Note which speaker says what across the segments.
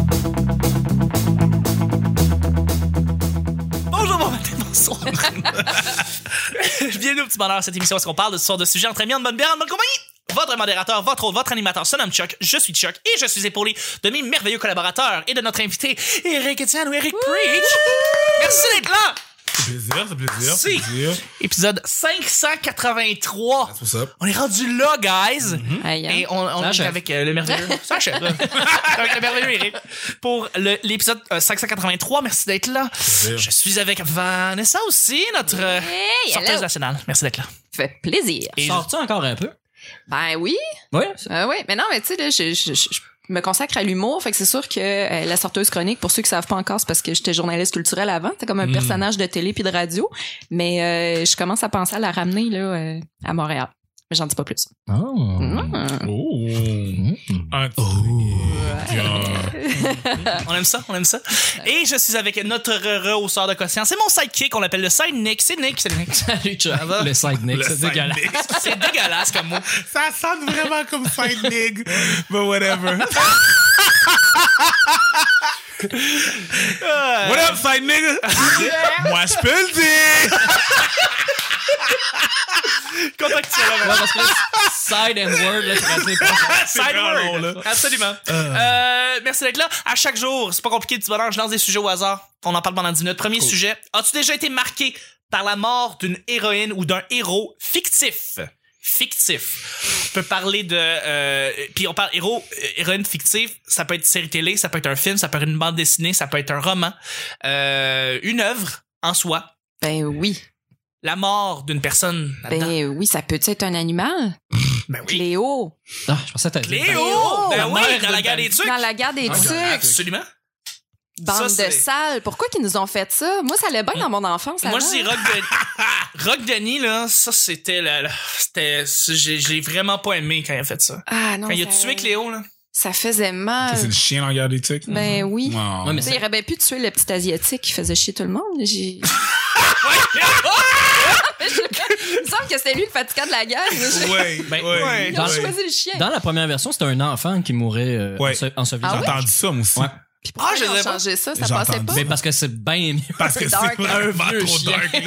Speaker 1: Bienvenue au Petit Bonheur, cette émission où est-ce qu'on parle de ce genre de sujet entre amis, en bonne bière, en bonne compagnie. Votre modérateur, votre hôte, votre animateur se nomme Chuck, je suis Chuck et je suis épaulé de mes merveilleux collaborateurs et de notre invité, Eric Etienne ou Eric Preach. Merci d'être là!
Speaker 2: C'est plaisir, c'est plaisir.
Speaker 1: Si.
Speaker 2: c'est plaisir.
Speaker 1: Épisode 583.
Speaker 2: That's what's up.
Speaker 1: On est rendu là, guys!
Speaker 3: Aïe, hein.
Speaker 1: Et on, on
Speaker 4: Ça
Speaker 1: est
Speaker 4: achève.
Speaker 1: avec euh, le merveilleux. Ça achève. avec le merveilleux Eric. Pour le- l'épisode euh, 583, merci d'être là.
Speaker 2: Plaisir.
Speaker 1: Je suis avec Vanessa aussi, notre euh,
Speaker 3: Hey,
Speaker 1: sorteuse
Speaker 3: hello.
Speaker 1: nationale. Merci d'être là.
Speaker 3: fait plaisir.
Speaker 1: Et
Speaker 4: Sors-tu encore un peu?
Speaker 3: Ben oui,
Speaker 4: Oui.
Speaker 3: euh, oui, mais non, mais tu sais, là, je, je- je- je me consacre à l'humour, fait que c'est sûr que euh, la sorteuse chronique, pour ceux qui savent pas encore, c'est parce que j'étais journaliste culturelle avant, c'était comme un
Speaker 1: Hmm.
Speaker 4: Mm.
Speaker 3: personnage de télé puis de radio, mais euh, je commence à penser à la ramener là euh, à Montréal. Mais j'en dis pas plus.
Speaker 1: Ah.
Speaker 3: Mm.
Speaker 2: Oh. Un
Speaker 4: Oh.
Speaker 2: petit- Bien.
Speaker 1: On aime ça, on aime ça. Et je suis avec notre rehausseur de conscience. C'est mon sidekick, on l'appelle le sidekick. C'est Nick, c'est Nick.
Speaker 4: Salut,
Speaker 1: Ça va?
Speaker 4: Chuck. Le side neck,
Speaker 2: Le
Speaker 4: c'est
Speaker 2: side
Speaker 4: dégueulasse.
Speaker 2: dick.
Speaker 1: C'est dégueulasse comme mot.
Speaker 2: Ça sonne vraiment comme side nigg, but whatever.
Speaker 1: Euh,
Speaker 2: What up, side nigga? Moi, je peux le dire.
Speaker 1: contactuellement.
Speaker 4: Ouais, parce que là, side and word, là, c'est assez pas-
Speaker 2: C'est
Speaker 1: Sideword.
Speaker 2: vraiment long, là.
Speaker 1: Ah, Absolument. Euh, merci d'être là. À chaque jour, c'est pas compliqué, le petit bonheur. Je lance des sujets au hasard. On en parle pendant 10 minutes. Premier sujet. As-tu déjà été marqué par la mort d'une héroïne ou d'un héros fictif? Fictif. On peut parler de. euh, puis on parle héros, euh, héroïne fictive. Ça peut être série télé, ça peut être un film, ça peut être une bande dessinée, ça peut être un roman, euh, une œuvre en soi.
Speaker 3: Ben oui,
Speaker 1: La mort d'une personne. là-dedans.
Speaker 3: ben oui, ça peut être un animal.
Speaker 1: Ben oui.
Speaker 3: Cléo,
Speaker 4: Ah, je pensais que t'as dit.
Speaker 1: Cléo!
Speaker 3: Cléo!
Speaker 1: Ben
Speaker 4: La
Speaker 1: oui,
Speaker 4: mère
Speaker 1: dans la
Speaker 4: d'une
Speaker 1: guerre des trucs.
Speaker 3: dans la guerre des
Speaker 2: Ah,
Speaker 3: trucs,
Speaker 1: Absolument.
Speaker 3: bande
Speaker 1: Ça,
Speaker 3: de
Speaker 1: c'est-
Speaker 3: sales. Pourquoi qu'ils nous ont fait ça Moi, ça allait bien dans mon enfance.
Speaker 1: Moi,
Speaker 3: avant.
Speaker 1: je dis Rock Denis. Rock Denis, là, ça, c'était la, la- c'était, j'ai, j'ai vraiment pas aimé quand il a fait ça.
Speaker 3: Ah non,
Speaker 1: Quand il a
Speaker 3: ça-
Speaker 1: tué Cléo, là.
Speaker 3: Ça faisait mal.
Speaker 2: C'est le chien dans la garde des tics?
Speaker 3: Ben oui.
Speaker 2: Wow.
Speaker 4: Euh. Ouais, mais
Speaker 3: Tu sais, il aurait bien pu tuer le petit Asiatique qui faisait chier tout le monde. J'ai... Il me semble que c'était lui le fatigant de la guerre. Je-
Speaker 2: Ouais,
Speaker 4: Ben,
Speaker 2: ouais,
Speaker 1: ouais.
Speaker 3: Ils ont
Speaker 4: Dans-
Speaker 2: ouais.
Speaker 3: choisi le chien.
Speaker 4: Dans la première version, c'était un enfant qui mourait euh,
Speaker 2: Ouais.
Speaker 4: en so- en soviétique.
Speaker 3: Ah
Speaker 2: J'ai
Speaker 3: ouais?
Speaker 2: entendu ça, moi aussi.
Speaker 4: Ouais.
Speaker 3: Puis pourquoi
Speaker 1: Ah, je
Speaker 3: ils ont
Speaker 1: sais pas.
Speaker 3: changé ça? Ça
Speaker 2: J'ai
Speaker 3: passait
Speaker 2: entendu.
Speaker 3: pas?
Speaker 4: Mais Ben, parce que c'est bien mieux.
Speaker 2: Parce que
Speaker 3: C'est
Speaker 2: c'est
Speaker 3: dark.
Speaker 2: vraiment
Speaker 4: Un vieux
Speaker 2: trop
Speaker 4: chien.
Speaker 2: dark,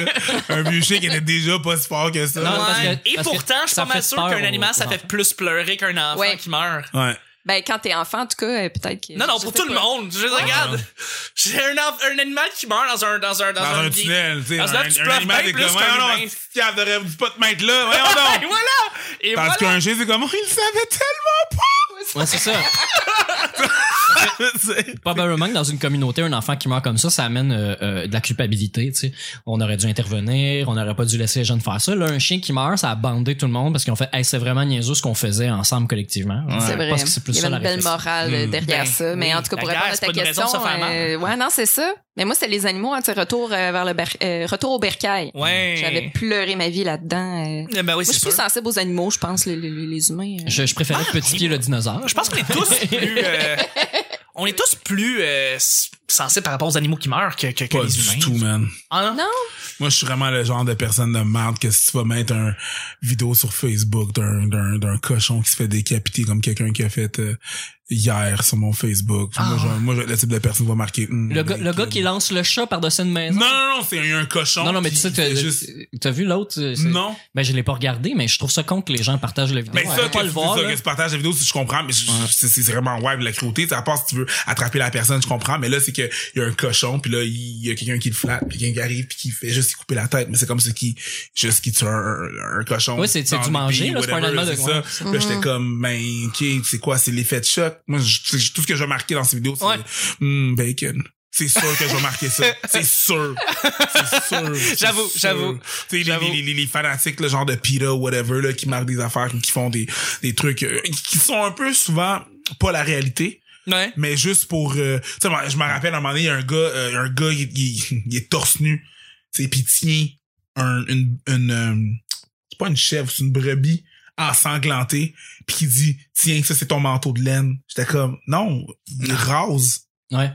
Speaker 2: là. Un vieux chien qui était déjà pas si fort que ça.
Speaker 4: Non, parce que-
Speaker 1: Et
Speaker 4: parce que
Speaker 1: pourtant, je suis
Speaker 4: ça
Speaker 1: pas mal
Speaker 4: fait
Speaker 1: sûr
Speaker 4: peur
Speaker 1: qu'un
Speaker 4: aux-
Speaker 1: animal, ça
Speaker 4: aux
Speaker 1: fait
Speaker 4: enfants.
Speaker 1: plus pleurer qu'un enfant
Speaker 3: Ouais.
Speaker 1: qui meurt.
Speaker 2: Ouais.
Speaker 3: Ben, quand t'es enfant, en tout cas, euh, peut-être que...
Speaker 1: Non, non,
Speaker 3: je
Speaker 1: pour
Speaker 3: sais
Speaker 1: tout le
Speaker 3: pas.
Speaker 1: monde. Je regarde. J'ai un, enf- un animal qui meurt dans un, dans un, dans,
Speaker 2: Dans un
Speaker 1: gui-
Speaker 2: tunnel, tu sais.
Speaker 1: Dans un- tu pleuves bien
Speaker 2: c'est
Speaker 1: plus
Speaker 2: comme,
Speaker 1: qu'un
Speaker 2: Ah non,
Speaker 1: humain.
Speaker 2: tu devrais pas te mettre là. Voyons
Speaker 1: Et
Speaker 2: donc.
Speaker 1: voilà! Et
Speaker 2: Oh, Parce
Speaker 1: voilà!
Speaker 2: qu'un chien, c'est comme, oh, il savait tellement
Speaker 4: Ouais, c'est ça.
Speaker 2: pas. C'est-
Speaker 4: Probablement que dans une communauté, un enfant qui meurt comme ça, ça amène euh, euh, de la culpabilité. tu sais. On aurait dû intervenir, on n'aurait pas dû laisser les jeunes faire ça. Là, un chien qui meurt, ça a bandé tout le monde parce qu'ils ont fait hey, c'est vraiment niaiseux ce qu'on faisait ensemble collectivement.
Speaker 3: C'est
Speaker 4: Je
Speaker 3: vrai.
Speaker 4: pense que c'est plus
Speaker 3: Il y
Speaker 4: ça
Speaker 3: avait
Speaker 4: la
Speaker 3: une belle
Speaker 4: réflexion.
Speaker 3: morale euh,
Speaker 2: Mm.
Speaker 3: derrière
Speaker 1: Ben,
Speaker 3: ça. Mais
Speaker 1: oui,
Speaker 3: en tout cas, pour
Speaker 1: la
Speaker 3: répondre
Speaker 1: guerre,
Speaker 3: à
Speaker 1: c'est
Speaker 3: ta
Speaker 1: pas une
Speaker 3: question...
Speaker 1: raison de se faire mal.
Speaker 3: euh, ouais, non, c'est ça. Mais moi, c'était les animaux, hein, tu sais, retour, euh, vers le ber- euh, retour au bercail.
Speaker 1: Ouais.
Speaker 3: J'avais pleuré ma vie là-dedans. euh.
Speaker 1: Eh Ben oui,
Speaker 3: Moi, je
Speaker 1: c'est
Speaker 3: suis
Speaker 1: sûr.
Speaker 3: plus sensible aux animaux, je pense, les, les- les humains. euh.
Speaker 4: Je, je préférais
Speaker 2: Ah!
Speaker 4: petit pied le dinosaure.
Speaker 1: Je pense qu'on est tous plus, euh, on est tous plus, euh, s- sensibles par rapport aux animaux qui meurent que, que, que
Speaker 2: Pas
Speaker 1: les
Speaker 2: du
Speaker 1: humains.
Speaker 2: tout, man.
Speaker 1: Ah, non?
Speaker 3: Non?
Speaker 2: Moi, je suis vraiment le genre de personne de merde que si tu vas mettre un vidéo sur Facebook d'un, d'un, d'un cochon qui se fait décapiter comme quelqu'un qui a fait euh, hier sur mon Facebook. Moi, je- moi, je- le type de personne va marquer. hmm,
Speaker 4: Ah. Le, gars, le
Speaker 2: like,
Speaker 4: gars qui
Speaker 2: euh,
Speaker 4: lance le chat par-dessus une maison.
Speaker 2: Non, non, non, c'est un, un cochon.
Speaker 4: Non, non, mais tu
Speaker 2: qui
Speaker 4: sais, t'as
Speaker 2: fait juste-
Speaker 4: t'as vu l'autre? euh, c'est-
Speaker 2: Non.
Speaker 4: Ben, je l'ai pas regardé, mais je trouve ça con que les gens partagent la vidéo.
Speaker 2: Mais
Speaker 4: On
Speaker 2: ça,
Speaker 4: peut
Speaker 2: que,
Speaker 4: pas le voir.
Speaker 2: ça
Speaker 4: là.
Speaker 2: que tu partages la vidéo, si je comprends, mais je- c'est c'est vraiment wild la cruauté. Ça passe si tu veux attraper la personne, je comprends. Mais là, c'est que il y a un cochon, puis là, il y a quelqu'un qui le flatte, puis quelqu'un qui arrive, puis qui fait juste lui couper la tête. Mais c'est comme ceux qui juste qui tue un, un- un cochon.
Speaker 4: Ouais, c'est- c'est
Speaker 2: dans
Speaker 4: du
Speaker 2: le
Speaker 4: manger,
Speaker 2: pays,
Speaker 4: là, c'est pas un
Speaker 2: whatever,
Speaker 4: animal de
Speaker 2: c'est
Speaker 4: quoi.
Speaker 2: ça. Puis là, j'étais comme, ben, ok, c'est quoi, c'est l'effet de choc. Moi, je- c'est- tout ce que j'ai marqué dans ces vidéos, c'est
Speaker 1: Ouais.
Speaker 2: Hmm, bacon. C'est sûr que je vais marquer ça. C'est sûr. C'est sûr. C'est
Speaker 1: J'avoue,
Speaker 2: sûr.
Speaker 1: j'avoue.
Speaker 2: Tu sais, les-
Speaker 1: J'avoue.
Speaker 2: les, les, les fanatiques, le genre de PETA, whatever, là, qui marquent des affaires, qui font des, des trucs, euh, qui sont un peu souvent pas la réalité.
Speaker 1: Ouais.
Speaker 2: Mais juste pour, euh, tu sais, moi, je me rappelle, à un moment donné, il y a un gars, euh, un gars, il, il- il est torse nu. C'est pis il tient un, une, une, euh, c'est pas une chèvre, c'est une brebis ensanglantée puis qui dit, tiens, ça, c'est ton manteau de laine. J'étais comme, non, il rase.
Speaker 4: Ouais.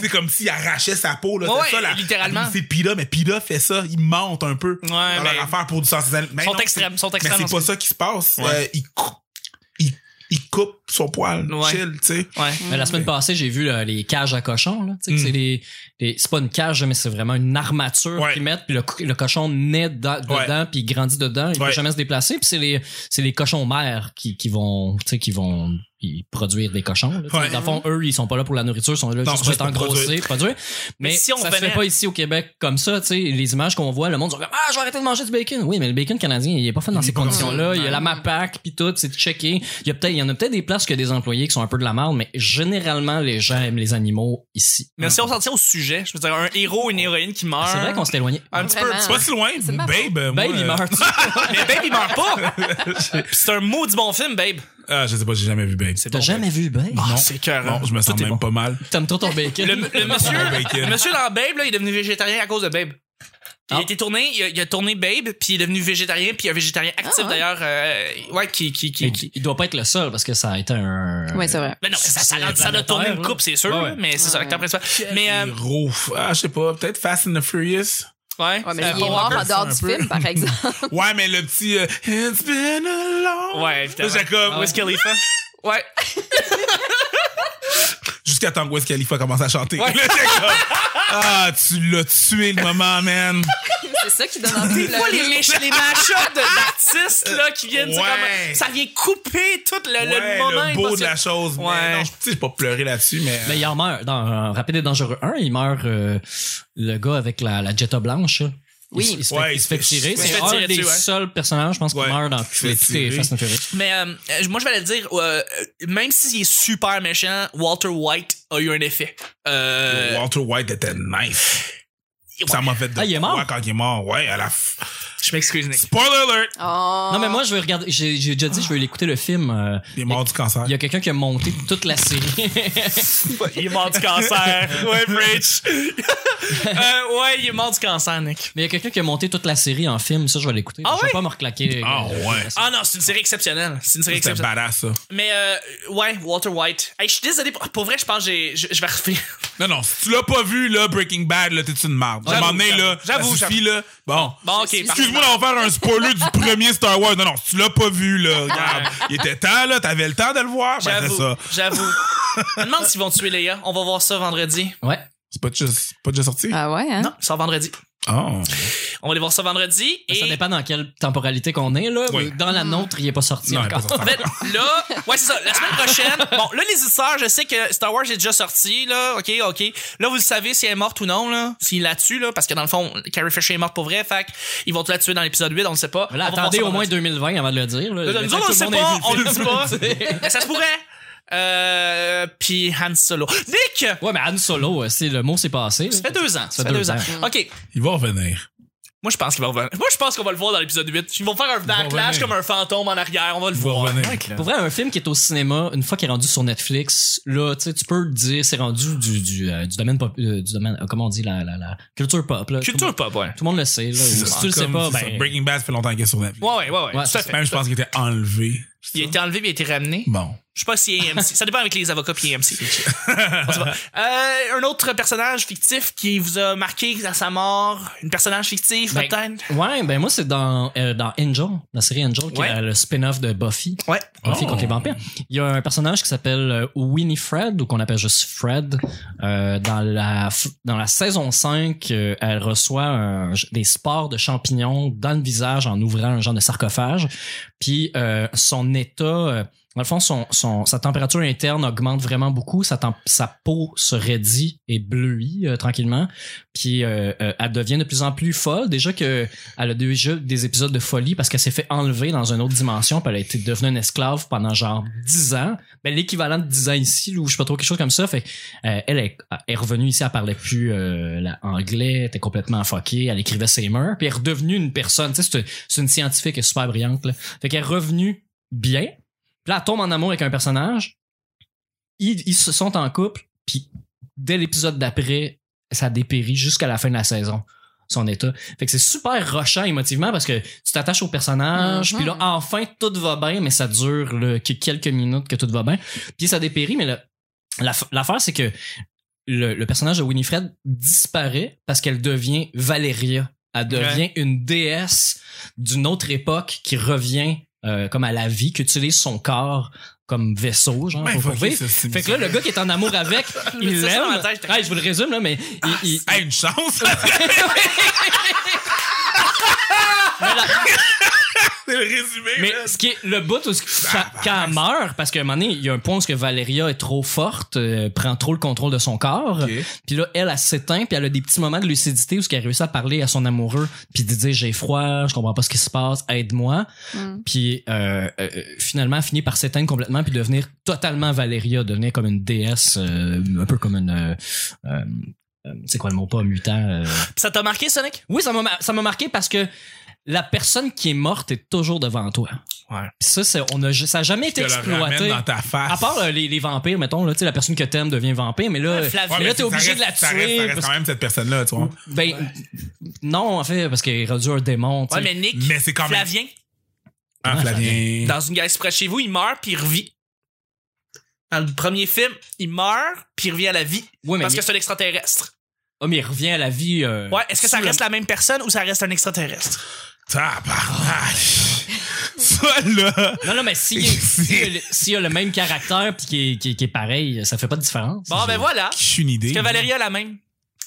Speaker 2: C'est comme s'il arrachait sa peau, là.
Speaker 1: Ouais,
Speaker 2: c'est ça, la-
Speaker 1: littéralement.
Speaker 2: C'est Pida, mais Pida fait ça. Il monte un peu.
Speaker 1: Ouais,
Speaker 2: dans
Speaker 1: mais-
Speaker 2: leur affaire pour du sensationnel. Mais
Speaker 1: Sont
Speaker 2: Ah, non,
Speaker 1: extrêmes, sont
Speaker 2: c'est- Mais
Speaker 1: extrêmes.
Speaker 2: c'est pas ça qui se passe.
Speaker 1: Ouais.
Speaker 2: Euh, il, cou- il, il coupe son poil.
Speaker 1: Ouais.
Speaker 2: Chill, tu sais.
Speaker 1: Ouais.
Speaker 3: Hmm.
Speaker 4: Mais la semaine passée, j'ai vu là, les cages à cochons. Là, Tu sais que
Speaker 2: Mm.
Speaker 4: c'est, des, des- c'est pas une cage, mais c'est vraiment une armature
Speaker 2: Ouais.
Speaker 4: qu'ils mettent. Puis le, co- le cochon naît da-
Speaker 2: Ouais.
Speaker 4: dedans, puis il grandit dedans. Il
Speaker 2: Ouais.
Speaker 4: peut jamais se déplacer. Puis c'est les, c'est les cochons mères qui, qui vont, tu sais, qui vont y produire des cochons. là, tu sais.
Speaker 2: Ouais.
Speaker 4: Dans le fond, eux, ils sont pas là pour la nourriture. Ils sont là
Speaker 2: Non,
Speaker 4: juste pour
Speaker 2: juste
Speaker 4: être
Speaker 2: pour
Speaker 4: engrossés,
Speaker 2: produire.
Speaker 4: produire. Mais,
Speaker 1: Mais si on
Speaker 4: ça se
Speaker 1: venait-
Speaker 4: fait pas ici au Québec comme ça. tu sais Les images qu'on voit, le monde, ils sont comme « Ah, je vais arrêter de manger du bacon! » Oui, mais le bacon canadien, il est pas fait dans
Speaker 2: Il est
Speaker 4: ces
Speaker 2: pas dans
Speaker 4: conditions-là. Là, il y a la MAPAC puis tout, c'est checké. Il y a peut-être, il y en a peut-être des places que des employés qui sont un peu de la merde, mais généralement les gens aiment les animaux ici.
Speaker 1: Mais si on s'en tient au sujet, je veux dire, un héros, une héroïne qui meurt.
Speaker 4: C'est vrai qu'on s'est éloigné.
Speaker 1: Un petit peu,
Speaker 3: Vraiment.
Speaker 1: un petit
Speaker 2: C'est pas si loin.
Speaker 3: Ah. C'est ma
Speaker 2: Babe, moi,
Speaker 4: Babe, il
Speaker 2: euh,
Speaker 4: meurt.
Speaker 1: peu. Mais Babe, il meurt pas. Puis c'est un maudit bon film, Babe.
Speaker 2: Ah, je sais pas, j'ai jamais vu Babe.
Speaker 1: C'est
Speaker 4: T'as
Speaker 1: bon,
Speaker 4: jamais vu Babe?
Speaker 1: Babe. Ah,
Speaker 2: Non.
Speaker 1: c'est cœur.
Speaker 2: Non, je me sens même pas mal.
Speaker 4: T'aimes trop ton bacon?
Speaker 1: Ben, Le, le monsieur,
Speaker 2: Bon bacon.
Speaker 1: le monsieur dans Babe, là, il est devenu végétarien à cause de Babe. Il a
Speaker 4: Ah.
Speaker 1: été tourné, il a, il a tourné Babe, puis il est devenu végétarien, puis il y a un végétarien actif
Speaker 3: Ah, ouais.
Speaker 1: d'ailleurs, euh, ouais, qui, qui, qui,
Speaker 4: Mais qui- il doit pas être le seul parce que ça a été un.
Speaker 3: Oui, c'est vrai.
Speaker 1: Mais Ben non, ça, ça, ça,
Speaker 4: Succès
Speaker 1: ça a tourné une
Speaker 4: planétaire,
Speaker 1: coupe, c'est sûr,
Speaker 4: là. Ouais.
Speaker 1: mais c'est ça,
Speaker 3: Ouais.
Speaker 1: l'acteur principal. Mais, euh,
Speaker 2: Héros. Ah, je sais pas, peut-être Fast and the Furious.
Speaker 1: ouais,
Speaker 3: Ouais, mais
Speaker 1: euh,
Speaker 3: il est
Speaker 1: Paul
Speaker 3: mort
Speaker 1: Walker.
Speaker 3: en dehors du
Speaker 2: un peu.
Speaker 3: film, par exemple.
Speaker 2: Ouais, mais le petit euh, It's been a long.
Speaker 1: Ouais, évidemment.
Speaker 2: Là, j'ai comme-
Speaker 1: Wiz Khalifa. Ouais.
Speaker 2: Jusqu'à temps que Wiz Khalifa commence à chanter.
Speaker 1: Ouais.
Speaker 2: Là, j'ai comme, ah, tu l'as tué le moment, man.
Speaker 3: c'est ça qui donne envie de
Speaker 1: Des fois, les, les,
Speaker 3: le...
Speaker 1: les match-ups de- d'artistes, là, qui viennent, c'est
Speaker 2: Ouais.
Speaker 1: comme- ça vient couper tout le, le
Speaker 2: Ouais,
Speaker 1: moment
Speaker 2: le beau de
Speaker 1: émotionnel.
Speaker 2: la chose. mais
Speaker 1: Ouais.
Speaker 2: non, je- tu sais, j'ai pas pleuré là-dessus, mais.
Speaker 4: Mais Ben, il en meurt dans euh, Rapide et Dangereux 1, il meurt euh, le gars avec la, la jetta blanche. là. Il
Speaker 3: Oui.
Speaker 4: s- Il, se fait,
Speaker 2: Ouais,
Speaker 4: il se fait tirer.
Speaker 1: se fait
Speaker 4: C'est un
Speaker 1: tirer
Speaker 4: des
Speaker 1: dessus, ouais.
Speaker 4: seuls personnages, je pense, qui
Speaker 2: Ouais.
Speaker 4: meurt dans
Speaker 2: Il se fait
Speaker 4: toutes les
Speaker 2: tirer.
Speaker 4: Fast and Furious.
Speaker 1: Mais euh, euh, moi, je vais le dire, euh, euh, même s'il est super méchant, Walter White a eu un effet. Euh,
Speaker 2: Walter White était nice.
Speaker 1: Ouais.
Speaker 2: Ça m'a fait de
Speaker 4: Ah, il est
Speaker 2: quoi
Speaker 4: mort?
Speaker 2: quand il est mort. Ouais, à la f-
Speaker 1: Je m'excuse, Nick.
Speaker 2: Spoiler alert!
Speaker 3: Oh.
Speaker 4: Non, mais moi, je veux regarder. J'ai j'ai déjà dit, je veux aller écouter le film. euh,
Speaker 2: Il est mort du cancer.
Speaker 4: Il y a quelqu'un qui a monté toute la série.
Speaker 1: Il est mort du cancer. ouais, Rich. euh, ouais, il est mort du cancer, Nick.
Speaker 4: Mais il y a quelqu'un qui a monté toute la série en film, ça je vais l'écouter.
Speaker 1: Ah
Speaker 4: je vais
Speaker 1: ouais?
Speaker 4: pas me reclaquer.
Speaker 2: Ah
Speaker 4: euh,
Speaker 2: ouais.
Speaker 4: la série.
Speaker 1: Ah non, c'est une série exceptionnelle. C'est une série
Speaker 2: C'était
Speaker 1: exceptionnelle.
Speaker 2: badass, ça.
Speaker 1: Mais euh, ouais, Walter White. Hey, je suis désolé. Pour, pour vrai, je pense que j'ai- je je vais refaire.
Speaker 2: Non, non, si tu l'as pas vu, là, Breaking Bad, là, t'es une marde. À un
Speaker 1: J'avoue,
Speaker 2: moment donné, là,
Speaker 1: j'avoue,
Speaker 2: ça suffit, là. Bon.
Speaker 1: Bon, ok. parfait.
Speaker 2: Excuse-moi d'en faire un spoiler du premier Star Wars. Non, non, si tu l'as pas vu, là, regarde. Il était temps, là, t'avais le temps de le voir. Ben, c'est
Speaker 1: J'avoue.
Speaker 2: ça.
Speaker 1: J'avoue. Je me demande s'ils vont tuer Leia. On va voir ça vendredi.
Speaker 4: Ouais.
Speaker 2: C'est pas déjà, c'est pas déjà sorti?
Speaker 3: Ah ouais, hein?
Speaker 1: Non, ça vendredi.
Speaker 2: Oh.
Speaker 1: On va aller voir ça vendredi.
Speaker 4: Mais
Speaker 1: et...
Speaker 4: Ça dépend dans quelle temporalité qu'on est, là.
Speaker 2: Oui.
Speaker 4: Dans la nôtre, il est pas sorti
Speaker 2: Non, il est
Speaker 4: encore.
Speaker 2: pas sorti.
Speaker 1: En fait, là, ouais, c'est ça. La semaine prochaine, bon, là, les auditeurs, je sais que Star Wars est déjà sorti, là. OK, OK. Là, vous le savez si elle est morte ou non, là. S'il la tue, là. Parce que dans le fond, Carrie Fisher est morte pour vrai. Fait que ils vont la tuer dans l'épisode 8, on le sait pas.
Speaker 4: Là,
Speaker 1: On va voir
Speaker 4: attendez
Speaker 1: ça
Speaker 4: au moins
Speaker 1: vendredi.
Speaker 4: 2020 avant de le dire. Là.
Speaker 1: Nous autres, on le sait pas, on le dit pas. Mais ça se pourrait. Euh, puis Han Solo. Nick! Ça
Speaker 4: Ouais, mais Han Solo, euh, c'est le mot s'est passé. là.
Speaker 1: fait deux ans. Ça fait deux ans. OK.
Speaker 2: Il va revenir.
Speaker 1: Moi, je pense qu'il va revenir. Moi, je pense qu'on va le voir dans l'épisode 8. Ils vont faire un backlash
Speaker 2: revenir.
Speaker 1: comme un fantôme en arrière. On va le
Speaker 2: Il va
Speaker 1: voir.
Speaker 2: revenir.
Speaker 4: Pour vrai, un film qui est au cinéma, une fois qu'il est rendu sur Netflix, là, tu sais, tu peux dire, c'est rendu du, du, euh, du domaine, pop- euh, du domaine, euh, comment on dit, la, la, la culture pop, là.
Speaker 1: Culture pop, ouais.
Speaker 4: Tout le monde le sait, là.
Speaker 2: C'est
Speaker 4: Si
Speaker 2: ça.
Speaker 4: tu le sais
Speaker 2: Comme,
Speaker 4: pas,
Speaker 2: c'est ça.
Speaker 4: ben.
Speaker 2: Breaking Bad, ça fait longtemps qu'il est sur Netflix.
Speaker 1: Ouais, ouais, ouais. ouais.
Speaker 4: Ouais,
Speaker 1: tout à
Speaker 4: c'est
Speaker 1: fait.
Speaker 2: Même, je pense qu'il était enlevé.
Speaker 1: Il a été enlevé, mais il a été ramené.
Speaker 2: Bon.
Speaker 1: Je sais pas si AMC. ça dépend avec les avocats puis AMC. On sait pas. Euh, un autre personnage fictif qui vous a marqué à sa mort. Une personnage fictif,
Speaker 4: Ben,
Speaker 1: peut-être.
Speaker 4: Ouais, ben moi, c'est dans, euh, dans Angel, la série Angel, qui
Speaker 1: Ouais.
Speaker 4: est la- le spin-off de Buffy.
Speaker 1: Ouais.
Speaker 4: Buffy
Speaker 2: Oh.
Speaker 4: contre les vampires. Il y a un personnage qui s'appelle euh, Winifred, ou qu'on appelle juste Fred. Euh, dans, la, f- dans la saison 5, euh, elle reçoit un- des spores de champignons dans le visage en ouvrant un genre de sarcophage. Puis euh, son état... euh, dans le fond, son, son- sa température interne augmente vraiment beaucoup. Sa, temp- sa peau se raidit et bleuit euh, tranquillement. Puis euh, euh, elle devient de plus en plus folle. Déjà que elle a déjà des épisodes de folie parce qu'elle s'est fait enlever dans une autre dimension, puis elle a été devenue une esclave pendant genre 10 ans. Ben, l'équivalent de 10 ans ici, ou je sais pas trop, quelque chose comme ça. Fait euh, elle est, est revenue ici, elle parlait plus euh, la- anglais, était complètement fuckée, elle écrivait ses mœurs, puis elle est redevenue une personne. Tu sais, c'est une- c'est une scientifique elle est super brillante. Là. Fait qu'elle est revenue bien. Puis là, elle tombe en amour avec un personnage. Ils, ils se sont en couple, puis dès l'épisode d'après, ça dépérit jusqu'à la fin de la saison, son état. Fait que c'est super rochant émotivement parce que tu t'attaches au personnage,
Speaker 3: Mhm.
Speaker 4: puis là, enfin, tout va bien, mais ça dure là, que quelques minutes que tout va bien. Puis ça dépérit, mais le- la- l'affaire, c'est que le, le personnage de Winifred disparaît parce qu'elle devient Valeria. Elle devient une déesse d'une autre époque qui revient euh, comme à la vie, qui utilise son corps comme vaisseau, genre,
Speaker 2: Ben,
Speaker 4: pour
Speaker 2: fuck
Speaker 4: vivre.
Speaker 2: it, ça, c'est
Speaker 4: Fait que là, le gars qui est en amour avec,
Speaker 1: Je
Speaker 4: il
Speaker 1: me dis ça
Speaker 4: l'aime.
Speaker 1: dans ma tête, j'étais Ah,
Speaker 4: Hey, je vous le résume, là, mais il- il,
Speaker 2: Hey, une chance!
Speaker 4: Mais la-
Speaker 2: c'est le résumé.
Speaker 4: Mais
Speaker 2: man.
Speaker 4: ce qui est le bout où ce-
Speaker 1: Ah,
Speaker 4: ça- quand elle meurt, parce qu'à un moment donné, il y a un point où ce que Valeria est trop forte, euh, prend trop le contrôle de son corps.
Speaker 2: Ok.
Speaker 4: Puis là, elle, elle s'éteint, puis elle a des petits moments de lucidité où ce qu'elle réussit à parler à son amoureux, puis de dire j'ai froid, je comprends pas ce qui se passe, aide-moi.
Speaker 3: Mm.
Speaker 4: Puis euh, euh, finalement, elle finit par s'éteindre complètement, puis devenir totalement Valeria, devenir comme une déesse, euh, un peu comme une. euh, euh, euh, c'est quoi le mot pas mutant euh,
Speaker 1: Ça t'a marqué, Sonic?
Speaker 4: oui, ça m'a mar- ça m'a marqué parce que la personne qui est morte est toujours devant toi.
Speaker 1: Ouais.
Speaker 4: Puis ça, c'est- on a, ju- ça n'a jamais été
Speaker 2: Tu te le ramènes
Speaker 4: exploité.
Speaker 2: dans ta face.
Speaker 4: À part euh, les, les vampires, mettons, là, tu sais, la personne que t'aimes devient vampire, mais là,
Speaker 1: Ouais, Flavie.
Speaker 4: mais là,
Speaker 2: mais
Speaker 4: t'es
Speaker 2: ça
Speaker 4: obligé
Speaker 2: reste-
Speaker 4: de la
Speaker 2: Ça reste, ça
Speaker 4: tuer.
Speaker 2: reste
Speaker 4: parce
Speaker 2: quand même cette personne-là, tu vois.
Speaker 4: que- Ben, non, en fait, parce qu'il est rendu un démon. tu
Speaker 1: Ouais,
Speaker 4: sais.
Speaker 1: mais Nick,
Speaker 2: Mais c'est quand même.
Speaker 1: Flavien,
Speaker 2: Ah, Flavien.
Speaker 1: dans une galaxie près de chez vous, il meurt puis il revit. Dans le premier film, il meurt puis il revient à la vie
Speaker 4: Ouais, mais,
Speaker 1: parce
Speaker 4: il,
Speaker 1: que c'est un extraterrestre.
Speaker 4: Ah, mais il revient à la vie. euh,
Speaker 1: Ouais, est-ce que ça
Speaker 4: sous la-
Speaker 1: reste la même personne ou ça reste un extraterrestre?
Speaker 2: Tabarnak! Ça, là!
Speaker 4: Non, non, mais s'il si, a le même caractère puis qui est, qu'il est- qu'il est pareil, ça fait pas de différence.
Speaker 1: Bon, ben voilà.
Speaker 2: Je suis une idée.
Speaker 1: Est-ce que Valérie a la même?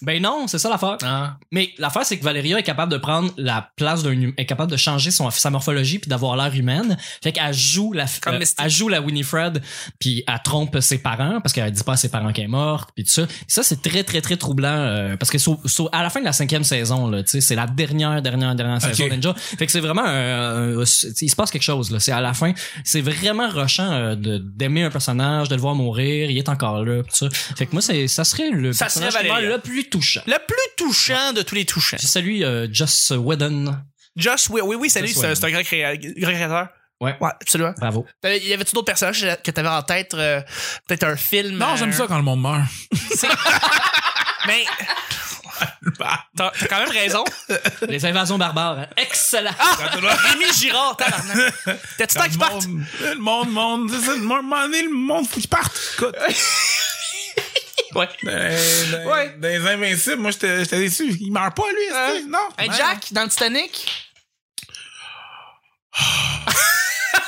Speaker 4: Ben non, c'est ça l'affaire.
Speaker 1: Ah.
Speaker 4: Mais l'affaire, c'est que Valeria est capable de prendre la place d'un humain, est capable de changer son, sa morphologie puis d'avoir l'air humaine. Fait qu'elle joue la,
Speaker 1: Comme
Speaker 4: euh,
Speaker 1: Mystique.
Speaker 4: elle joue la Winifred puis elle trompe ses parents parce qu'elle dit pas à ses parents qu'elle est morte puis tout ça. Ça, c'est très, très, très troublant euh, parce que sau- sau- à la fin de la cinquième saison, là, tu sais, c'est la dernière, dernière, dernière
Speaker 2: Ok.
Speaker 4: saison Ninja. Fait que c'est vraiment, euh, euh, c'est- il se passe quelque chose, là. C'est à la fin, c'est vraiment rushant euh, de- d'aimer un personnage, de le voir mourir, il est encore là pis tout ça. Fait que moi, c'est, ça serait le
Speaker 1: Ça serait
Speaker 4: personnage qui
Speaker 1: Valeria.
Speaker 4: meurt le plus touchant.
Speaker 1: Le plus touchant de tous les touchants.
Speaker 4: C'est celui euh, Just Whedon.
Speaker 1: Josh, oui, oui, oui salut,
Speaker 4: Joss
Speaker 1: c'est un- c'est un grand créa- grand créateur.
Speaker 4: Ouais.
Speaker 1: Ouais, absolument.
Speaker 4: Bravo.
Speaker 1: T'avais- Y avait-tu d'autres personnages que t'avais en tête? euh, Peut-être un film?
Speaker 2: Non,
Speaker 1: euh,
Speaker 2: j'aime ça quand le monde meurt.
Speaker 1: Mais t'as t'as quand même raison.
Speaker 4: Les invasions barbares. hein. Excellent.
Speaker 1: Rémi Girard, tabarnak. T'as-tu
Speaker 2: Quand
Speaker 1: temps qu'il parte?
Speaker 2: monde- Le monde, monde, c'est ça, le monde, mané, le monde, faut qu'il parte. Écoute.
Speaker 1: Ouais.
Speaker 2: Dans,
Speaker 1: Ouais.
Speaker 2: ouais. ben, les Invincibles, moi, j'étais j'étais déçu. Il meurt pas, lui,
Speaker 4: Hein?
Speaker 2: est-ce que- non. Ben,
Speaker 1: Hey,
Speaker 2: Ouais.
Speaker 1: Jack, dans le Titanic?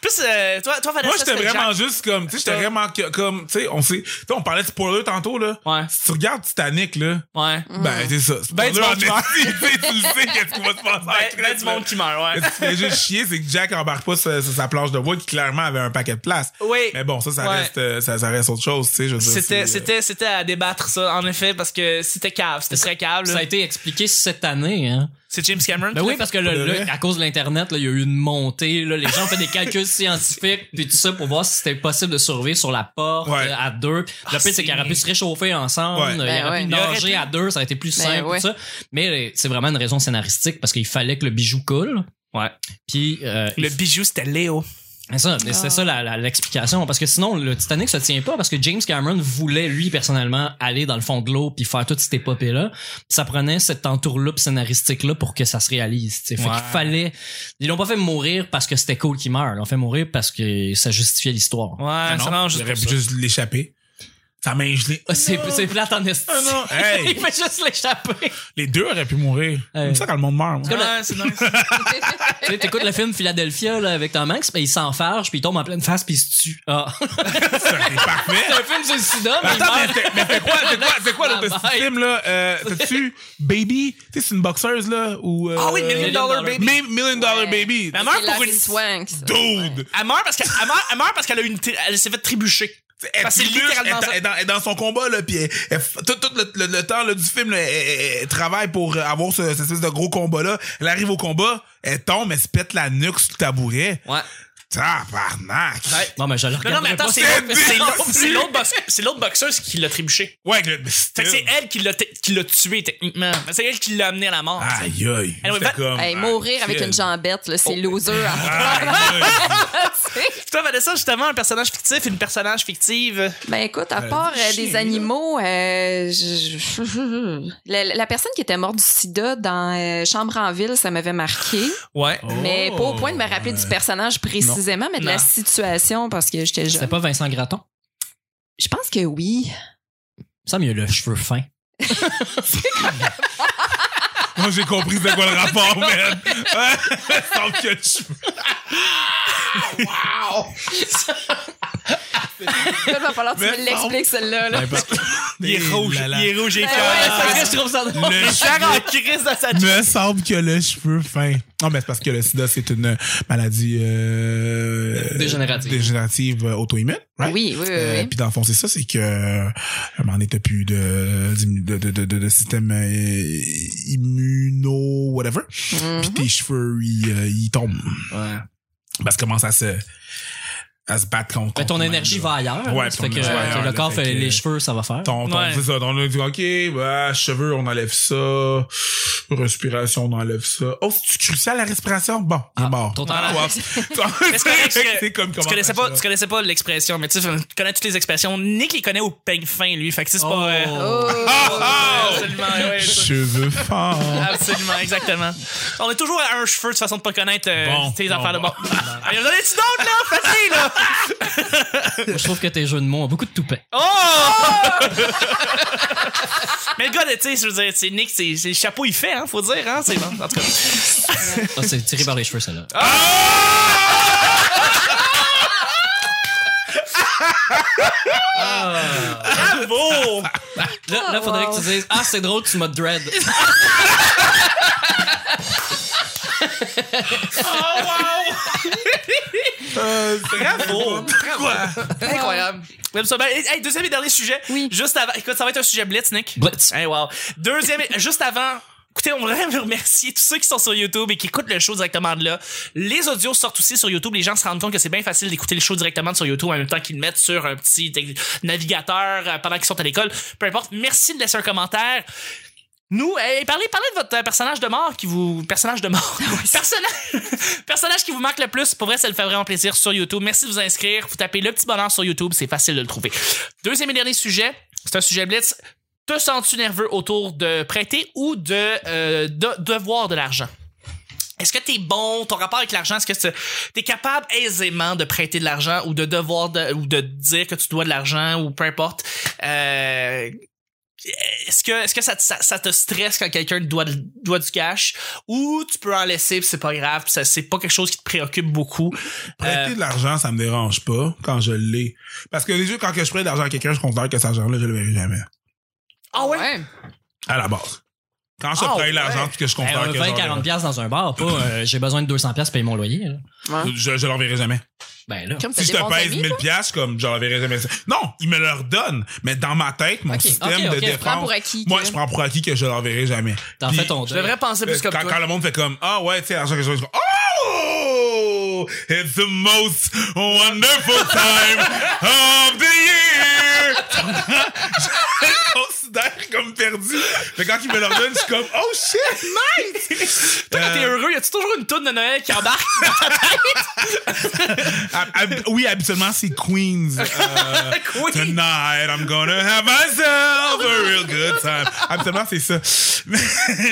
Speaker 1: Plus, euh, toi, toi, Vanessa,
Speaker 2: Moi, j'étais
Speaker 1: c'était
Speaker 2: vraiment
Speaker 1: Jack.
Speaker 2: juste comme, tu sais, j'étais
Speaker 1: Ouais.
Speaker 2: vraiment que- comme, tu sais, on sait, tu sais, on parlait de spoiler tantôt, là.
Speaker 4: Ouais.
Speaker 2: Si tu regardes Titanic, là,
Speaker 1: Ouais.
Speaker 2: ben, c'est ça.
Speaker 1: Ben,
Speaker 2: Spoiler
Speaker 1: du monde qui
Speaker 2: en esti, tu sais, tu le sais, qu'est-ce qui va se passer en
Speaker 1: Ben, ben,
Speaker 2: Christ,
Speaker 1: du
Speaker 2: là.
Speaker 1: monde qui meurt,
Speaker 2: Ce
Speaker 1: ouais.
Speaker 2: qui fait juste chier, c'est que Jack embarque pas sur, sur sa planche de voix qui clairement avait un paquet de place.
Speaker 1: Oui.
Speaker 2: Mais bon, ça, ça,
Speaker 1: Ouais.
Speaker 2: reste, euh, ça, ça reste autre chose, tu sais. je veux dire,
Speaker 1: C'était,
Speaker 2: c'est, euh,
Speaker 1: c'était, c'était à débattre, ça, en effet, parce que c'était cave, c'était très cave,
Speaker 4: Ça a
Speaker 1: là.
Speaker 4: été expliqué cette année. Hein.
Speaker 1: C'est James Cameron?
Speaker 4: Ben
Speaker 1: qui
Speaker 4: oui,
Speaker 1: l'a
Speaker 4: parce que le-
Speaker 2: Pour de
Speaker 4: le-
Speaker 2: vrai?
Speaker 4: à cause de l'Internet, là, il y a eu une montée. Là, les gens ont fait des calculs scientifiques puis tout ça pour voir si c'était possible de survivre sur la porte
Speaker 2: Ouais.
Speaker 4: euh, à deux. Le
Speaker 1: Ah,
Speaker 4: pire, c'est
Speaker 1: c'est-
Speaker 4: qu'ils auraient pu se réchauffer ensemble.
Speaker 2: Ouais.
Speaker 3: Ben
Speaker 4: euh, ils auraient
Speaker 3: ouais.
Speaker 4: pu
Speaker 1: Il aurait
Speaker 4: nager
Speaker 1: pu.
Speaker 4: à deux. Ça aurait été plus
Speaker 3: Ben
Speaker 4: simple. tout
Speaker 3: ouais.
Speaker 4: ça. Mais euh, c'est vraiment une raison scénaristique parce qu'il fallait que le bijou coule.
Speaker 1: Ouais.
Speaker 4: Puis euh,
Speaker 1: fait. Le bijou, c'était Léo.
Speaker 2: Ah
Speaker 4: C'est ça, mais c'est
Speaker 3: Ah.
Speaker 4: ça la- la- l'explication. Parce que sinon, le Titanic se tient pas parce que James Cameron voulait, lui, personnellement, aller dans le fond de l'eau puis faire toute cette épopée-là. Puis Ça prenait cette entourloupe scénaristique-là pour que ça se réalise. tu sais. Fait
Speaker 1: Ouais.
Speaker 4: qu'il fallait... Ils l'ont pas fait mourir parce que c'était cool qu'il meure. Ils l'ont fait mourir parce que ça justifiait l'histoire.
Speaker 1: Ouais,
Speaker 2: Ben non, il aurait pu juste l'échapper. Sa main gelée.
Speaker 4: Ah,
Speaker 1: Oh
Speaker 4: C'est c'est plate en esti.
Speaker 2: Ah non, hey.
Speaker 4: Il fait juste l'échapper.
Speaker 2: Les deux auraient pu mourir.
Speaker 4: Hey.
Speaker 2: Comme ça quand le monde meurt. moi.
Speaker 4: comme
Speaker 1: Ouais, c'est nice.
Speaker 4: tu sais, t'écoutes le film Philadelphia là, avec Tom Hanks, mais il s'enfarge puis il tombe en pleine face puis il se tue. Ah.
Speaker 2: Ça aurait été parfait.
Speaker 4: C'est un film sur le sida, mais il
Speaker 2: Attends, mais
Speaker 4: meurt.
Speaker 2: c'est- mais c'est quoi, c'est quoi, c'est quoi l'autre
Speaker 4: Bye-bye.
Speaker 2: film, là? Euh, T'as-tu Baby? Tu sais, c'est une boxeuse, là? Ou, euh,
Speaker 1: Ah oui, Million Dollar Baby.
Speaker 2: Mi- Million Dollar
Speaker 3: Ouais.
Speaker 2: Baby.
Speaker 1: Mais elle meurt
Speaker 3: C'est
Speaker 1: pour
Speaker 3: Ben, Larry
Speaker 1: une.
Speaker 3: Swank, ça.
Speaker 2: Dude!
Speaker 1: Elle meurt parce qu'elle elle meurt- elle meurt parce qu'elle a une. tri- Elle s'est fait trébucher.
Speaker 2: Elle
Speaker 1: Parce que c'est
Speaker 2: tribuche,
Speaker 1: littéralement
Speaker 2: elle,
Speaker 1: ça.
Speaker 2: elle est dans, elle est dans son combat, là, puis elle- elle f- tout, tout le, le- le temps là, du film, là, elle, elle- elle travaille pour euh, avoir ce, cette espèce de gros combat-là. Elle arrive au combat, elle tombe, elle se pète la nuque sur le tabouret.
Speaker 1: Ouais.
Speaker 2: Tabarnak!
Speaker 1: Ouais.
Speaker 4: Non, mais ben, je le
Speaker 1: Non, non, mais
Speaker 4: regarderai
Speaker 1: attends,
Speaker 4: pas,
Speaker 1: c'est
Speaker 2: c'est-
Speaker 1: c'est l'autre-
Speaker 2: c'est-
Speaker 1: c'est l'autre boxe- c'est l'autre boxeuse qui l'a trébuché.
Speaker 2: Ouais, que le- mais c'est
Speaker 1: Fait que c'est elle qui l'a t- qui l'a tué techniquement. Mais C'est elle qui l'a amené à la mort. tu sais.
Speaker 2: Aïe, aïe.
Speaker 1: Elle
Speaker 2: C'était
Speaker 1: va-
Speaker 2: comme,
Speaker 3: Hey,
Speaker 2: ah,
Speaker 3: mourir avec
Speaker 2: quel-
Speaker 3: une jambette, là, c'est
Speaker 1: Oh.
Speaker 3: loser.
Speaker 1: Ah.
Speaker 2: Aïe, aïe.
Speaker 1: Puis toi, Vanessa, justement, un personnage fictif, une personnage fictive.
Speaker 3: Ben écoute, à
Speaker 2: Euh,
Speaker 3: part euh,
Speaker 2: chien,
Speaker 3: des
Speaker 2: là.
Speaker 3: animaux, euh, je- je- la, la personne qui était morte du sida dans euh, Chambre en ville, ça m'avait marqué,
Speaker 1: Ouais.
Speaker 3: mais pas au point de me rappeler du personnage précisément, mais de
Speaker 1: Non.
Speaker 3: la situation parce que j'étais
Speaker 4: C'était
Speaker 3: jeune.
Speaker 4: pas Vincent Gratton?
Speaker 3: Je pense que oui.
Speaker 4: Ça me il a le cheveu fin.
Speaker 2: Moi, j'ai compris de quoi le rapport, man. Ouais, Sauf que tu... Wow!
Speaker 3: Il va falloir que tu
Speaker 2: Mais
Speaker 3: me l'expliques, celle-là.
Speaker 2: Ben,
Speaker 3: là.
Speaker 1: Il est rouge,
Speaker 2: là, là.
Speaker 1: il est rouge, il est
Speaker 3: Ben
Speaker 1: fier.
Speaker 3: ouais,
Speaker 1: Ah,
Speaker 3: c'est
Speaker 1: je trouve ça drôle.
Speaker 2: Le
Speaker 1: Le char en crise dans sa
Speaker 2: Me semble que le cheveu fin. Non, mais c'est parce que le sida, c'est une maladie euh,
Speaker 4: Dégénérative.
Speaker 2: dégénérative, euh, auto-immune, right?
Speaker 3: Oui, oui, oui.
Speaker 2: Euh,
Speaker 3: oui.
Speaker 2: Puis dans le fond, c'est ça, c'est que euh, à un moment donné, t'as plus de, de, de, de, de- de système euh, immuno, whatever.
Speaker 3: Mhm.
Speaker 4: Mm-hmm.
Speaker 2: Puis tes cheveux, ils, euh, ils tombent. Parce que commence à se, à se battre contre.
Speaker 4: Mais Ben, ton
Speaker 2: contre
Speaker 4: énergie
Speaker 2: eux-mêmes,
Speaker 4: va ailleurs.
Speaker 2: Oh Ouais,
Speaker 4: Ouais,
Speaker 2: ton
Speaker 4: fait que,
Speaker 2: énergie va
Speaker 4: euh,
Speaker 2: ailleurs,
Speaker 4: le
Speaker 2: là,
Speaker 4: corps
Speaker 2: fait
Speaker 4: fait,
Speaker 2: que-
Speaker 4: les cheveux, ça va faire.
Speaker 2: Ton, ton,
Speaker 1: Ouais.
Speaker 2: c'est ça, ton, on dit, OK, bah, cheveux, on enlève ça. Respiration, on enlève ça. Oh, c'est crucial la respiration? Bon, il est
Speaker 4: Ah,
Speaker 2: mort.
Speaker 4: ton temps-
Speaker 2: Ah, ouais.
Speaker 1: c'est correct, parce que
Speaker 2: C'est comme
Speaker 1: Tu
Speaker 2: comment
Speaker 1: connaissais,
Speaker 2: faire
Speaker 1: pas,
Speaker 2: ça.
Speaker 1: tu connaissais pas l'expression, mais tu sais, tu connais toutes les expressions. Nick les connaît au peigne fin, lui. Fait que tu sais, c'est pas. euh,
Speaker 3: Oh.
Speaker 1: Ah, absolument, ouais, ça.
Speaker 2: Cheveux forts.
Speaker 1: Absolument, exactement. On est toujours à un cheveu de toute façon de pas connaître euh,
Speaker 2: Bon,
Speaker 1: tes
Speaker 2: bon,
Speaker 1: affaires de
Speaker 2: bon.
Speaker 1: bon. Allez, vous en avez-tu d'autres, là? Facile, là!
Speaker 4: Je trouve que tes jeux de mots ont beaucoup de toupet.
Speaker 1: Oh! Mais le gars, tu sais, je veux dire, c'est Nick, c'est c'est le chapeau, il fait, hein, faut dire, hein, c'est bon. En tout cas.
Speaker 4: Ah, c'est tiré par les cheveux, celle-là.
Speaker 1: Ah. Ah! Bravo!
Speaker 4: Là, là, faudrait que tu dises Ah, c'est drôle, tu m'as dread.
Speaker 1: Ah, Bravo!
Speaker 3: Incroyable.
Speaker 1: J'aime ça. Ben, hey, deuxième et dernier sujet.
Speaker 3: Oui.
Speaker 1: Juste avant. Écoute, ça va être un sujet blitz, Nick.
Speaker 4: Blitz.
Speaker 1: Hey, wow. Deuxième, juste avant. Écoutez, on voudrait vous remercier tous ceux qui sont sur YouTube et qui écoutent le show directement de là. Les audios sortent aussi sur YouTube. Les gens se rendent compte que c'est bien facile d'écouter le show directement sur YouTube en même temps qu'ils le mettent sur un petit te- navigateur euh, pendant qu'ils sont à l'école. Peu importe. Merci de laisser un commentaire. Nous, hey, parlez, parlez de votre euh, personnage de mort qui vous. Personnage de mort. personnage, personnage qui vous marque le plus. Pour vrai, ça le fait vraiment plaisir sur YouTube. Merci de vous inscrire. Vous tapez le petit bonheur sur YouTube, c'est facile de le trouver. Deuxième et dernier sujet, c'est un sujet blitz. Te sens-tu nerveux autour de prêter ou de, euh, de- devoir de l'argent? Est-ce que t'es bon, ton rapport avec l'argent, est-ce que c'est- t'es capable aisément de prêter de l'argent ou de devoir de- ou de dire que tu dois de l'argent ou peu importe? Euh, est-ce que, est-ce que ça, te- ça, ça te stresse quand quelqu'un te doit, de- doit du cash ou tu peux en laisser pis c'est pas grave pis ça, c'est pas quelque chose qui te préoccupe beaucoup?
Speaker 2: Prêter de l'argent, ça me dérange pas quand je l'ai. Parce que les jeux, quand que je prête de l'argent à quelqu'un, je considère que cet argent-là, je le verrai jamais.
Speaker 1: Ah ouais?
Speaker 2: À la base. Quand je
Speaker 1: Ah,
Speaker 2: prête
Speaker 1: ouais.
Speaker 2: l'argent puis que je
Speaker 4: Hey,
Speaker 2: considère
Speaker 4: un
Speaker 2: que
Speaker 4: 20-40$ piastres dans un bar, pas euh, j'ai besoin de 200$ piastres payer mon loyer. là.
Speaker 3: Ouais.
Speaker 2: je, je leur verrai jamais.
Speaker 4: Ben là.
Speaker 3: Comme ça
Speaker 2: Si je te
Speaker 3: dépend de ta
Speaker 2: pèse
Speaker 3: vie,
Speaker 2: 1000 piastres, comme je leur verrai jamais. Non, ils me le redonnent. Mais dans ma tête, mon
Speaker 4: Ok,
Speaker 2: système de
Speaker 4: ok, ok, je prends
Speaker 2: défense.
Speaker 3: prends pour acquis.
Speaker 2: Moi,
Speaker 3: que-
Speaker 2: je prends pour acquis que je leur verrai jamais.
Speaker 4: T'en
Speaker 2: Puis, euh,
Speaker 4: fais ton
Speaker 1: Je
Speaker 4: deuil.
Speaker 1: devrais penser plus comme
Speaker 2: quand,
Speaker 1: toi.
Speaker 2: quand le monde fait comme Ah ouais, tu sais, l'argent que je Oh! It's the most wonderful time of the year! je le considère comme perdu. Fait que quand ils me le redonnent, je suis comme Oh shit, nice!
Speaker 1: Toi, quand t'es
Speaker 2: Euh,
Speaker 1: heureux, y a-tu toujours une toune de Noël qui embarque?
Speaker 2: hab- hab- oui, habituellement, c'est Queens. Euh,
Speaker 1: Oui.
Speaker 2: Tonight, I'm gonna have myself a real good time. Habituellement, c'est ça. Mais,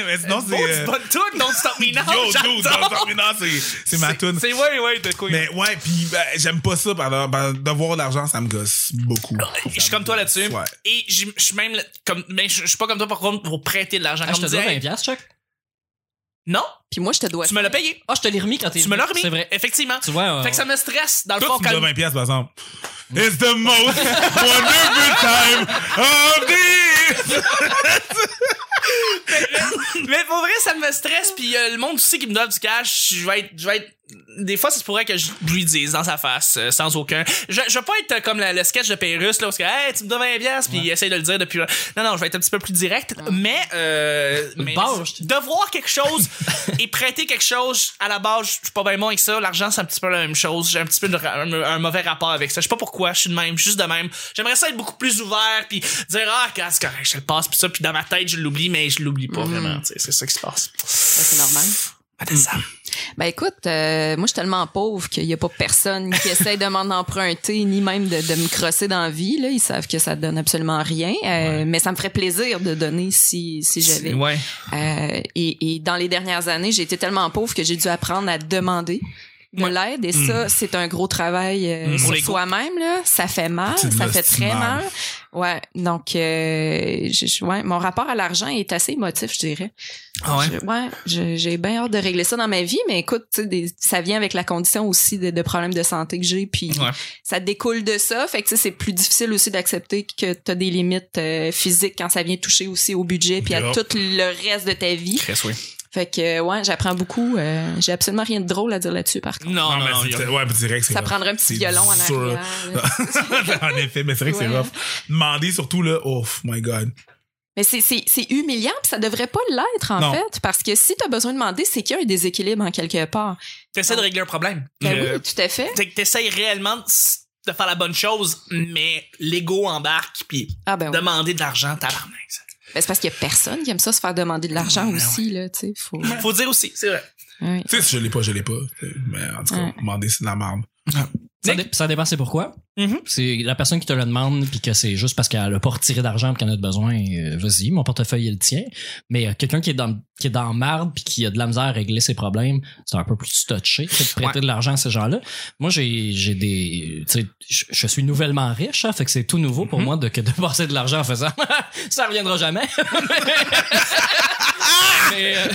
Speaker 2: mais sinon,
Speaker 1: Oh,
Speaker 2: c'est.
Speaker 1: c'est
Speaker 2: euh,
Speaker 1: bonne toune, Don't Stop Me Now.
Speaker 2: Yo, dude,
Speaker 1: j'adore.
Speaker 2: dans Terminal, c'est- c'est ma
Speaker 1: C'est-
Speaker 2: tune.
Speaker 1: C'est ouais, ouais, de quoi.
Speaker 2: Mais ouais, puis ben, j'aime pas ça, par, par- d'avoir de l'argent, ça me gosse beaucoup.
Speaker 1: je suis comme toi là-dessus.
Speaker 2: Ouais.
Speaker 1: Et je je suis même le- comme, mais je je suis pas comme toi par contre pour prêter de l'argent.
Speaker 4: Ah, je
Speaker 1: comme tu
Speaker 4: te dois
Speaker 1: dis,
Speaker 4: 20$,
Speaker 1: hey,
Speaker 4: piastres, Chuck.
Speaker 1: non,
Speaker 3: Puis moi, je te dois.
Speaker 1: tu me l'as payé.
Speaker 4: Ah, je te l'ai remis quand t'es.
Speaker 1: Tu me l'as remis.
Speaker 4: C'est vrai.
Speaker 1: Effectivement.
Speaker 4: Tu vois. euh,
Speaker 1: Fait que ça me stresse dans le
Speaker 2: Toi,
Speaker 1: fond
Speaker 2: tu me
Speaker 1: quand
Speaker 2: donnes 20 pièces par exemple. It's the most wonderful time of the year.
Speaker 1: Mais pour vrai, ça me stresse, puis euh, le monde aussi qui me donne du cash, je vais être, je vais être, des fois, ça se pourrait que je lui dise dans sa face, euh, sans aucun. Je, je vais pas être euh, comme la- le sketch de Pérus, là, parce que, hey, tu me donnes 20 piastres, puis il essaye de le dire depuis, euh, non, non, je vais être un petit peu plus direct, mais, euh, mais
Speaker 4: bâche, tu-
Speaker 1: devoir quelque chose et prêter quelque chose, à la base, je suis pas bien bon avec ça, l'argent, c'est un petit peu la même chose, j'ai un petit peu de ra- un, un mauvais rapport avec ça, je sais pas pourquoi, je suis de même, juste de même. J'aimerais ça être beaucoup plus ouvert, puis dire, ah, regarde, c'est correct, je te le passe, puis ça, puis dans ma tête, je l'oublie, mais je l'oublie pas vraiment. Tu sais, C'est ça qui se passe.
Speaker 3: Ça, C'est normal.
Speaker 1: Attends ça.
Speaker 3: Ben écoute, euh, moi je suis tellement pauvre qu'il y a pas personne qui essaie de m'en emprunter ni même de, de me crosser dans la vie. Là. Ils savent que ça donne absolument rien, euh, mais ça me ferait plaisir de donner si, si j'avais.
Speaker 1: Ouais.
Speaker 3: Euh, et, et dans les dernières années, j'ai été tellement pauvre que j'ai dû apprendre à demander. de
Speaker 1: Ouais.
Speaker 3: l'aide et ça c'est un gros travail euh,
Speaker 1: Mm. Pour
Speaker 3: sur
Speaker 1: l'ego.
Speaker 3: soi-même là ça fait mal
Speaker 2: C'est de
Speaker 3: ça fait très
Speaker 2: l'hostie
Speaker 3: mal
Speaker 2: mal.
Speaker 3: ouais donc euh, je- je- ouais, mon rapport à l'argent est assez émotif je dirais
Speaker 1: Ah ouais?
Speaker 3: Je- ouais je- j'ai bien hâte de régler ça dans ma vie mais écoute tu sais, des- ça vient avec la condition aussi de, de problèmes de santé que j'ai puis
Speaker 1: Ouais.
Speaker 3: ça découle de ça fait que tu sais, c'est plus difficile aussi d'accepter que t'as des limites euh, physiques quand ça vient toucher aussi au budget puis à
Speaker 2: Yup.
Speaker 3: tout le reste de ta vie
Speaker 1: Chris, oui.
Speaker 3: fait que euh, ouais, j'apprends beaucoup. euh, j'ai absolument rien de drôle à dire là-dessus par contre.
Speaker 1: Non, non,
Speaker 2: mais
Speaker 1: non.
Speaker 2: c'est-
Speaker 1: il y a-
Speaker 2: ouais, mais direct, c'est
Speaker 3: Ça
Speaker 2: rough.
Speaker 3: prendrait un petit
Speaker 2: C'est
Speaker 3: violon en
Speaker 2: sûr.
Speaker 3: arrière. là.
Speaker 2: en effet, mais c'est vrai que c'est
Speaker 3: Ouais.
Speaker 2: rough. Demander surtout, là, oh my god.
Speaker 3: Mais c'est- c'est c'est humiliant, puis ça devrait pas l'être en
Speaker 2: Non.
Speaker 3: fait, parce que si t'as besoin de demander, c'est qu'il y a un déséquilibre en quelque part.
Speaker 1: T'essaies de régler un problème.
Speaker 3: Ben
Speaker 1: Euh,
Speaker 3: oui, tout à fait.
Speaker 1: t'es- T'essayes réellement de s- de faire la bonne chose, mais l'ego embarque, puis
Speaker 3: Ah ben, oui.
Speaker 1: demander de l'argent, tabarnak. ça.
Speaker 3: Ben, c'est parce qu'il y a personne qui aime ça se faire demander de l'argent
Speaker 1: Ouais,
Speaker 3: aussi là, tu sais. Faut.
Speaker 1: Faut dire aussi, c'est vrai.
Speaker 3: Ouais.
Speaker 2: Tu sais, si je l'ai pas, je l'ai pas. Mais en tout cas,
Speaker 3: Ouais.
Speaker 2: demander, c'est de la merde.
Speaker 4: Ça, dé- ça dépend c'est pourquoi.
Speaker 2: Mm-hmm.
Speaker 1: Mhm.
Speaker 4: C'est la personne qui te le demande puis que c'est juste parce qu'elle a pas retiré d'argent puis qu'elle en a besoin. euh, Vas-y, mon portefeuille est le tien. Mais euh, quelqu'un qui est dans qui est dans marde puis qui a de la misère à régler ses problèmes, c'est un peu plus touché que de prêter de l'argent à ces gens-là. Moi, j'ai j'ai des, tu sais, je je suis nouvellement riche, hein, fait que c'est tout nouveau
Speaker 1: Mhm.
Speaker 4: pour moi de que de passer de l'argent en faisant ça reviendra jamais. mais, euh,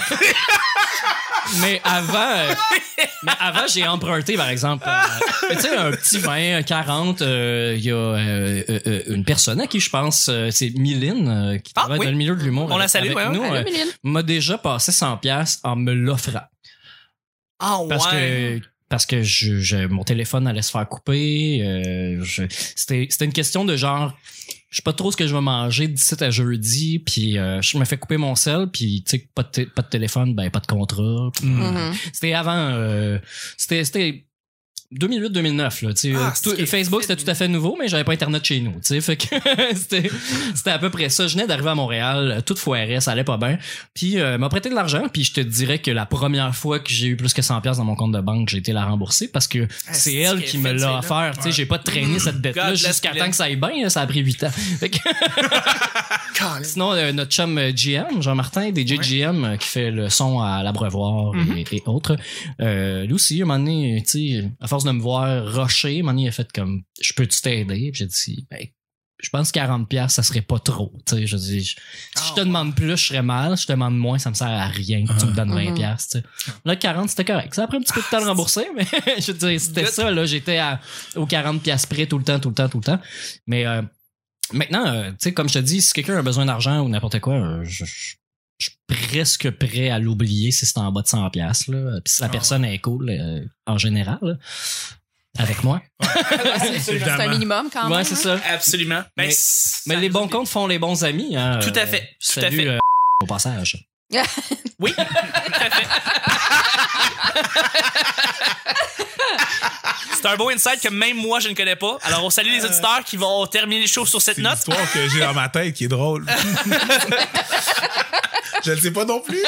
Speaker 4: mais avant, euh, mais avant, j'ai emprunté, par exemple, euh, tu sais, un petit 20, un 40. euh, Il y a euh, euh, euh, une personne à qui je pense, euh, c'est Mylène, euh, qui
Speaker 1: Ah,
Speaker 4: travaille
Speaker 1: oui.
Speaker 4: dans le milieu de l'humour.
Speaker 1: On la
Speaker 4: avec-
Speaker 1: salue,
Speaker 4: avec
Speaker 1: ouais,
Speaker 4: nous,
Speaker 3: Allô,
Speaker 4: euh,
Speaker 3: Méline?
Speaker 4: m'a déjà passé 100 pièces en me l'offrant.
Speaker 1: Ah
Speaker 4: Parce
Speaker 1: ouais.
Speaker 4: que parce que je, je- mon téléphone allait se faire couper. euh, je- C'était c'était une question de genre, je sais pas trop ce que je vais manger d'ici à jeudi, puis euh, je me fais couper mon sel, puis tu sais, pas de, té- pas de téléphone, ben pas de contrat. puis-
Speaker 2: Mm.
Speaker 3: Mhm.
Speaker 4: C'était avant, euh, c'était c'était 2008-2009 là. tu sais,
Speaker 1: Ah,
Speaker 4: euh,
Speaker 1: c'est
Speaker 4: tout-
Speaker 1: ce qui est
Speaker 4: Facebook
Speaker 1: fait.
Speaker 4: c'était tout à fait nouveau, mais j'avais pas internet chez nous. tu sais, fait que c'était c'était à peu près ça. Je venais d'arriver à Montréal, euh, toute foirée, ça allait pas bien. Puis euh, elle m'a prêté de l'argent, puis je te dirais que la première fois que j'ai eu plus que 100 pièces dans mon compte de banque, j'ai été la rembourser parce que Ah, c'est elle qui me l'a offert. Tu sais, j'ai pas traîné cette dette
Speaker 1: God
Speaker 4: là
Speaker 1: bless
Speaker 4: jusqu'à
Speaker 1: Mylène.
Speaker 4: temps que ça aille bien. là, Ça a pris 8 ans. Fait que- Sinon, euh, notre chum euh, GM, Jean-Martin, DJ GM, euh, qui fait le son à l'abreuvoir et- et, autres, euh, lui aussi, un moment donné, tu sais, à force de me voir rocher, un moment donné, il a fait comme « Je peux-tu t'aider? » Puis j'ai dit « Ben, je pense 40 pièces ça serait pas trop. » Tu sais, je dis « Si je te demande plus, je serais mal. Si je te demande moins, ça me sert à rien que tu me donnes 20
Speaker 3: Mhm.
Speaker 4: pièces. tu sais. Là, 40, c'était correct. Ça a pris un petit peu de temps de rembourser, mais je veux dire, c'était
Speaker 1: Good.
Speaker 4: ça. là J'étais à- aux 40 pièces près tout le temps, tout le temps, tout le temps. Mais... euh, Maintenant, euh, tu sais, comme je te dis, si quelqu'un a besoin d'argent ou n'importe quoi, euh, je, je- je suis presque prêt à l'oublier si c'est en bas de 100 pièces là. Puis si la
Speaker 2: Ah.
Speaker 4: personne est cool euh, en général, là, avec moi.
Speaker 3: C'est un minimum quand même.
Speaker 4: ouais, c'est
Speaker 3: hein.
Speaker 4: ça.
Speaker 1: Absolument.
Speaker 4: Mais-
Speaker 1: Ben, c'est-
Speaker 4: Mais les bons comptes font les bons amis. hein.
Speaker 1: Tout à fait,
Speaker 4: Euh,
Speaker 1: tout à
Speaker 4: salut,
Speaker 1: fait.
Speaker 4: euh, au passage.
Speaker 1: Oui, tout à fait. C'est un beau insight que même moi, je ne connais pas. Alors, on salue
Speaker 4: Euh,
Speaker 1: les auditeurs qui vont terminer les show sur cette
Speaker 2: C'est une
Speaker 1: note.
Speaker 2: histoire que j'ai dans ma tête qui est drôle. je le sais pas non plus.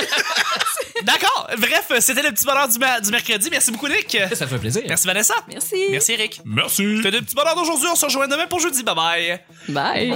Speaker 1: D'accord. Bref, c'était le petit bonheur du, ma- du mercredi. Merci beaucoup, Nick.
Speaker 4: Ça fait plaisir.
Speaker 1: Merci, Vanessa.
Speaker 3: Merci.
Speaker 1: Merci, Eric.
Speaker 2: Merci.
Speaker 1: C'était le petit bonheur d'aujourd'hui. On se rejoint demain pour jeudi. Bye bye.
Speaker 3: Bye.